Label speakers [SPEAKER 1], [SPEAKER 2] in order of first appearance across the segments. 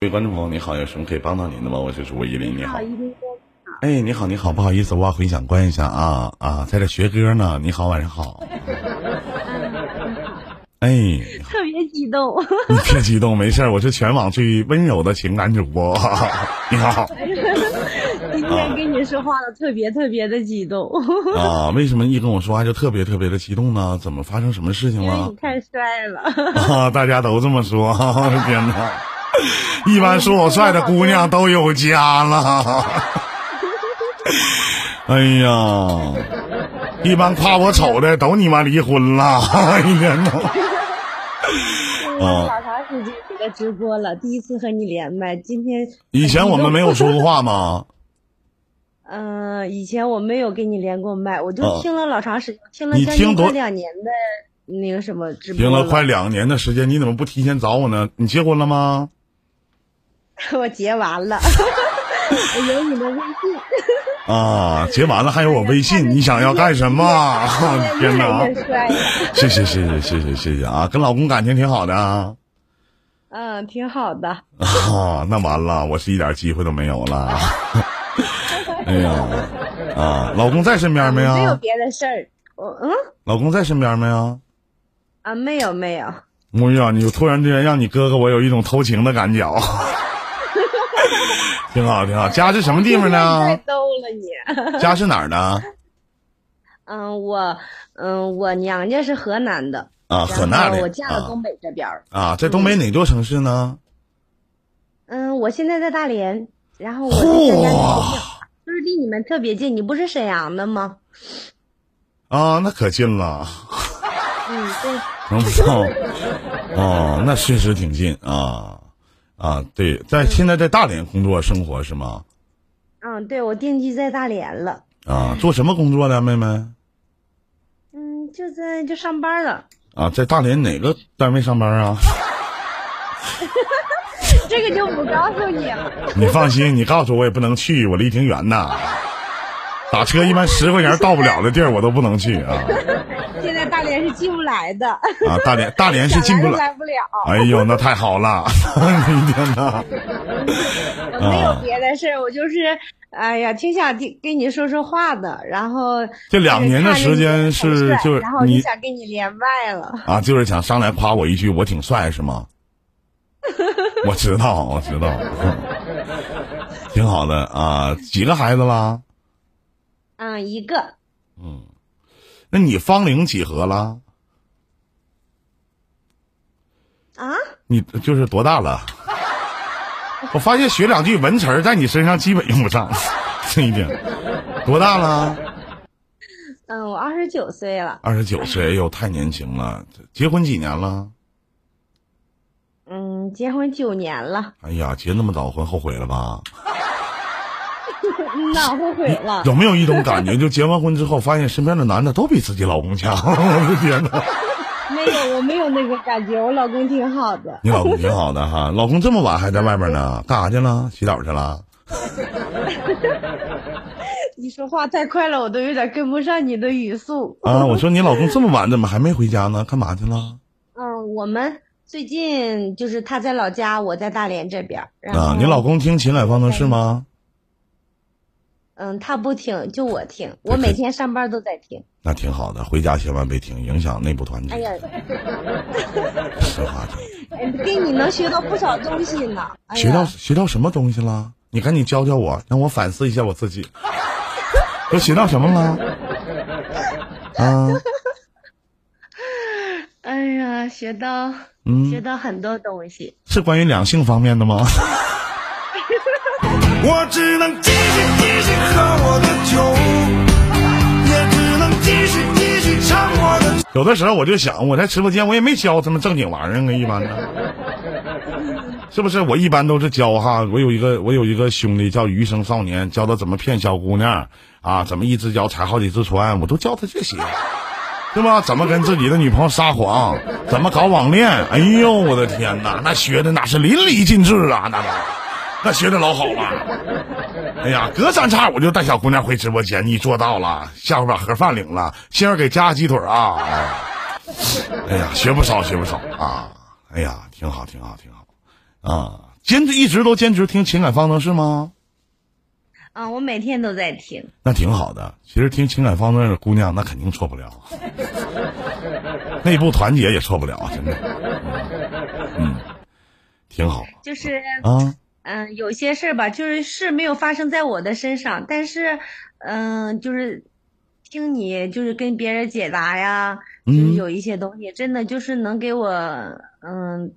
[SPEAKER 1] 各位观众朋友，你好，有什么可以帮到您的吗？我是主播依林，你好。
[SPEAKER 2] 一林哥，
[SPEAKER 1] 哎，你好，你好，不好意思，我把回响关一下啊啊，在这学歌呢。你好，晚上 好。哎，你
[SPEAKER 2] 特别激 动，
[SPEAKER 1] 啊别激动，没事儿，我是全网最温柔的情感主播。 你 好
[SPEAKER 2] 今天跟你说话的特别特别的激动，
[SPEAKER 1] 啊，为什么一跟我说话就特别特别的激动呢？怎么发生什么事情
[SPEAKER 2] 因为
[SPEAKER 1] 了
[SPEAKER 2] 你？太帅了。
[SPEAKER 1] 啊， 大家都这么说， 我的天哪！一般说我帅的姑娘都有家了。 哎呀，一般夸我丑的都你妈离婚了。 哎呀，哦
[SPEAKER 2] 我好长时间没来直播了，第一次和你连麦，今天
[SPEAKER 1] 以前我们没有说过话吗？
[SPEAKER 2] 嗯、呃以前我没有跟你连过麦，我就
[SPEAKER 1] 啊
[SPEAKER 2] 听了老长时间，听了
[SPEAKER 1] 你
[SPEAKER 2] 将
[SPEAKER 1] 听
[SPEAKER 2] 近
[SPEAKER 1] 多
[SPEAKER 2] 快两年的那个什么直播
[SPEAKER 1] 听了快两年的时间，你怎么不提前找我呢？你结婚了吗？
[SPEAKER 2] 我结 完了，我有你的微信，
[SPEAKER 1] 啊，结完了还有我微信，你想要干什么？ 我的天
[SPEAKER 2] 越来
[SPEAKER 1] 哪
[SPEAKER 2] 越！帅了，
[SPEAKER 1] 谢谢谢谢谢谢谢谢啊！跟老公感情挺好的啊。
[SPEAKER 2] 嗯，挺好的，
[SPEAKER 1] 啊， 那完了，我是一点机会都没有了。 哎呀，啊，老公在身边没
[SPEAKER 2] 没有
[SPEAKER 1] 有？
[SPEAKER 2] 别的事儿，我嗯
[SPEAKER 1] 老公在身边没有？
[SPEAKER 2] 啊没有没有，
[SPEAKER 1] 木鱼啊，你突然之间让你哥哥我有一种偷情的感觉，哦 挺好挺好。家是什么地方
[SPEAKER 2] 太
[SPEAKER 1] 呢？
[SPEAKER 2] 逗了你。
[SPEAKER 1] 家是哪儿的？
[SPEAKER 2] 嗯，我嗯，我娘家是河南的，
[SPEAKER 1] 啊，
[SPEAKER 2] 然
[SPEAKER 1] 河南
[SPEAKER 2] 后
[SPEAKER 1] 的
[SPEAKER 2] 我嫁到东北这边儿。
[SPEAKER 1] 啊，在东北哪座城市呢？
[SPEAKER 2] 嗯，我现在在大连，然后我在沈阳，
[SPEAKER 1] 嚯
[SPEAKER 2] 就是离你们特别近。你不是沈阳的吗？
[SPEAKER 1] 啊，那可近了。
[SPEAKER 2] 嗯，对，
[SPEAKER 1] 能到哦，那确实挺近啊啊！对，在现在在大连工作生活是吗？
[SPEAKER 2] 嗯，对，我定居在大连了。
[SPEAKER 1] 啊，做什么工作的妹妹？
[SPEAKER 2] 嗯，就在就上班了。
[SPEAKER 1] 啊，在大连哪个单位上班啊？
[SPEAKER 2] 这个就不告诉你了。
[SPEAKER 1] 你放心，你告诉我我也不能去，我离挺远呐。打车一般十块钱到不了的地儿我都不能去啊
[SPEAKER 2] 现在大连是进不来的，
[SPEAKER 1] 啊！大连大 连是进不
[SPEAKER 2] 想来都
[SPEAKER 1] 了，
[SPEAKER 2] 来不了。
[SPEAKER 1] 哎呦，那太好了！ 你天哪！
[SPEAKER 2] 我没有
[SPEAKER 1] 啊
[SPEAKER 2] 别的事儿，我就是。哎呀，挺想听跟你说说话的，然后
[SPEAKER 1] 这两年的时间是
[SPEAKER 2] 看着你很帅
[SPEAKER 1] 就是
[SPEAKER 2] 然后就
[SPEAKER 1] 你
[SPEAKER 2] 想跟你连麦了。
[SPEAKER 1] 啊，就是想上来夸我一句我挺帅是吗？我知道，我知道，挺好的啊。几个孩子啦？
[SPEAKER 2] 嗯，一个，
[SPEAKER 1] 那你芳龄几何了？
[SPEAKER 2] 啊？
[SPEAKER 1] 你就是多大 了？我发现学两句文词儿在你身上基本用不上，这一点。多大了？
[SPEAKER 2] 嗯，我二十九岁了，
[SPEAKER 1] 二十九岁，哎呦，太年轻了。结婚几年了？
[SPEAKER 2] 嗯，结婚九年了，
[SPEAKER 1] 哎呀，结那么早婚，后悔了吧？
[SPEAKER 2] 嗯呐，后悔了。
[SPEAKER 1] 有没有一种感觉，就结完婚之后，发现身边的男的都比自己老公强？ 我的天哪！
[SPEAKER 2] 没有，我没有那个感觉，我老公挺好的。
[SPEAKER 1] 你老公挺好的哈，老公这么晚还在外边呢，干啥去了？洗澡去了？
[SPEAKER 2] 你说话太快了，我都有点跟不上你的语速。
[SPEAKER 1] 啊，我说你老公这么晚怎么还没回家呢？干嘛去了？
[SPEAKER 2] 嗯，我们最近就是他在老家，我在大连这边。然后
[SPEAKER 1] 啊，你老？公听秦海芳的事吗？
[SPEAKER 2] 嗯，他不听，就我听，
[SPEAKER 1] 对
[SPEAKER 2] 我每天上班都在听。
[SPEAKER 1] 那挺好的，回家千万别听，影响内部团结
[SPEAKER 2] 哎。呀，
[SPEAKER 1] 实话讲，
[SPEAKER 2] 哎跟你能学到不少东西呢。哎呀
[SPEAKER 1] 学到学到什么东西了？你赶紧教教我，让我反思一下我自己，都学到什么了？啊，
[SPEAKER 2] 哎呀，学到学
[SPEAKER 1] 嗯，
[SPEAKER 2] 到很多东西。
[SPEAKER 1] 是关于两性方面的吗？
[SPEAKER 3] 我只能继续继续喝我的酒，也只能继续继续唱我的。
[SPEAKER 1] 有的时候我就想，我在直播间我也没教他们正经玩意儿啊，一般的，是不是？我一般都是教哈，我有一个我有一个兄弟叫余生少年，教他怎么骗小姑娘啊，怎么一只脚踩好几只船，我都教他这些，对吧？怎么跟自己的女朋友撒谎，怎么搞网恋？哎呦，我的天哪，那学的那是淋漓尽致啊，那那学的老好了。哎呀，隔三差五就带小姑娘回直播间，你做到了，下回把盒饭领了，先生给加个鸡腿啊。哎哎呀，学不少，学不少啊！哎呀，挺好，挺好，挺好啊！坚持一直都坚持听情感方程式吗？
[SPEAKER 2] 啊，我每天都在听。
[SPEAKER 1] 那挺好的。其实听情感方程式的姑娘，那肯定错不了，啊 内部团结也错不了，啊真的。嗯，挺好
[SPEAKER 2] 就是，
[SPEAKER 1] 啊。
[SPEAKER 2] 嗯、有些事儿吧，就是是没有发生在我的身上，但是，嗯、就是听你就是跟别人解答呀，就是
[SPEAKER 1] 嗯
[SPEAKER 2] 有一些东西，真的就是能给我，嗯，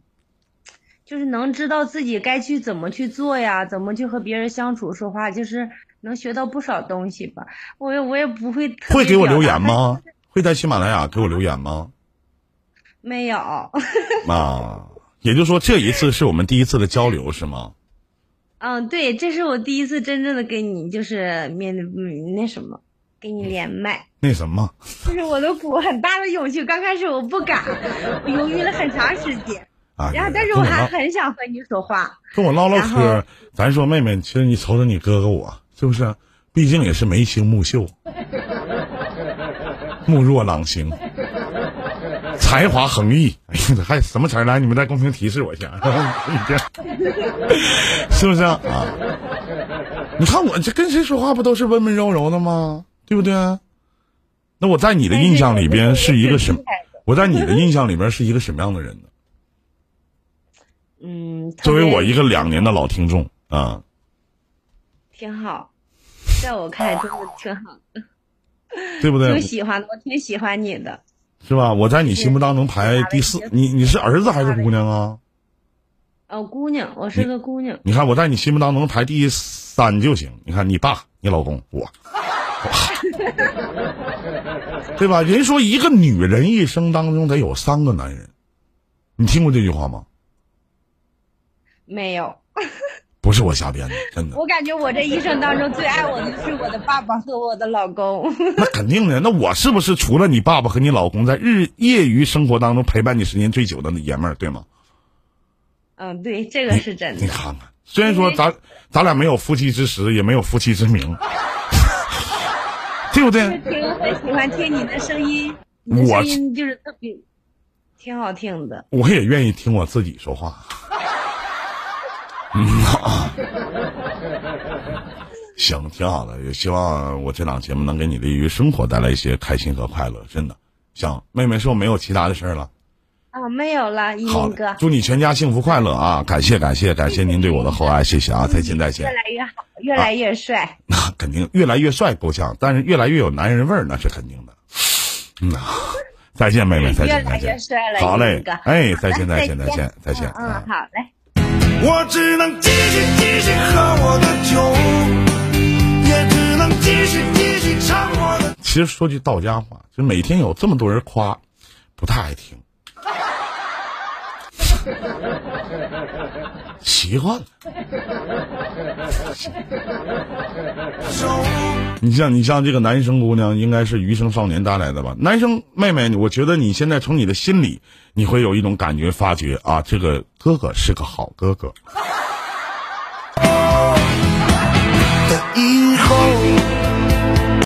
[SPEAKER 2] 就是能知道自己该去怎么去做呀，怎么去和别人相处说话，就是能学到不少东西吧。我也我也不会特别
[SPEAKER 1] 会给我
[SPEAKER 2] 表
[SPEAKER 1] 留
[SPEAKER 2] 达
[SPEAKER 1] 言？吗？会在喜马拉雅给我留言吗？
[SPEAKER 2] 没有，
[SPEAKER 1] 啊，也就是说这一次是我们第一次的交流是吗？
[SPEAKER 2] 嗯，对，这是我第一次真正的跟你就是面嗯那什么，跟你连麦。
[SPEAKER 1] 那什么，
[SPEAKER 2] 就是我都鼓很大的勇气，刚开始我不敢，我犹豫了很长时间，
[SPEAKER 1] 啊，
[SPEAKER 2] 然后但是
[SPEAKER 1] 跟
[SPEAKER 2] 我
[SPEAKER 1] 我
[SPEAKER 2] 还
[SPEAKER 1] 唠
[SPEAKER 2] 很想和你说话。
[SPEAKER 1] 跟我唠唠
[SPEAKER 2] 然后
[SPEAKER 1] 嗑，咱说妹妹，其实你瞅瞅你哥哥我是不是？毕竟也是眉清目 秀，目若朗星，才华横溢。哎呀，还什么词儿？来，你们在公屏提示我一下， 是不是啊？啊你看我这跟谁说话不都是温温柔柔的吗？对不对？那我在你的印象里边是一个什么？我在你的印象里边是一个什么样的人呢？
[SPEAKER 2] 嗯，
[SPEAKER 1] 作为我
[SPEAKER 2] 特别
[SPEAKER 1] 一个两年的老听众啊。
[SPEAKER 2] 挺好，在我看来真的挺好，
[SPEAKER 1] 对不对
[SPEAKER 2] 挺？喜欢的，我挺喜欢你的。
[SPEAKER 1] 是吧？我在你心目当中排第四，你你是儿子还是姑娘啊？
[SPEAKER 2] 哦，姑娘，我是个姑娘，
[SPEAKER 1] 你看我在你心目当中排第三就行。你看你爸、你老公，我， 我，对吧？人说一个女人一生当中得有三个男人，你听过这句话吗？
[SPEAKER 2] 没有，
[SPEAKER 1] 不是我瞎编的，真的。
[SPEAKER 2] 我感觉我这一生当中最爱我的就是我的爸爸和我的老公。
[SPEAKER 1] 那肯定的。那我是不是除了你爸爸和你老公，在日业余生活当中陪伴你时间最久的爷们儿，对吗？
[SPEAKER 2] 嗯，对，这个是真
[SPEAKER 1] 你
[SPEAKER 2] 的。
[SPEAKER 1] 看看，虽然说咱咱俩没有夫妻之实，也没有夫妻之名，对不
[SPEAKER 2] 就是
[SPEAKER 1] 对？
[SPEAKER 2] 挺很喜欢听你的声音，你的
[SPEAKER 1] 我
[SPEAKER 2] 声音就是特别挺好听的。
[SPEAKER 1] 我也愿意听我自己说话。嗯啊，行，挺好的，也希望我这档节目能给你的于生活带来一些开心和快乐，真的。行，妹妹，是我没有其他的事儿了。
[SPEAKER 2] 啊，没有了，一
[SPEAKER 1] 好
[SPEAKER 2] 鸣
[SPEAKER 1] 嘞
[SPEAKER 2] 哥，，
[SPEAKER 1] 祝你全家幸福快乐啊！感谢感谢感谢您对我的厚爱，谢谢啊！再见再见
[SPEAKER 2] 越。来越好，越来越帅。
[SPEAKER 1] 那肯定越来越帅够呛，但是越来越有男人味儿那是肯定的。嗯呐，再见，妹妹，哎再见，
[SPEAKER 2] 越
[SPEAKER 1] 再
[SPEAKER 2] 来越
[SPEAKER 1] 见
[SPEAKER 2] 帅，了
[SPEAKER 1] 好嘞
[SPEAKER 2] 一个，
[SPEAKER 1] 哎，再见，再
[SPEAKER 2] 好嘞
[SPEAKER 1] 见，再
[SPEAKER 2] 再
[SPEAKER 1] 见，再见，
[SPEAKER 2] 嗯，
[SPEAKER 1] 啊
[SPEAKER 2] 嗯好嘞。
[SPEAKER 3] 我只能继续继续喝我的酒，也只能继续继续唱我的。
[SPEAKER 1] 其实说句到家话，就每天有这么多人夸，不太爱听，习惯了。你像你像这个男生姑娘，应该是余生少年带来的吧？男生妹妹，我觉得你现在从你的心里，你会有一种感觉，发觉啊，这个哥哥是个好哥哥。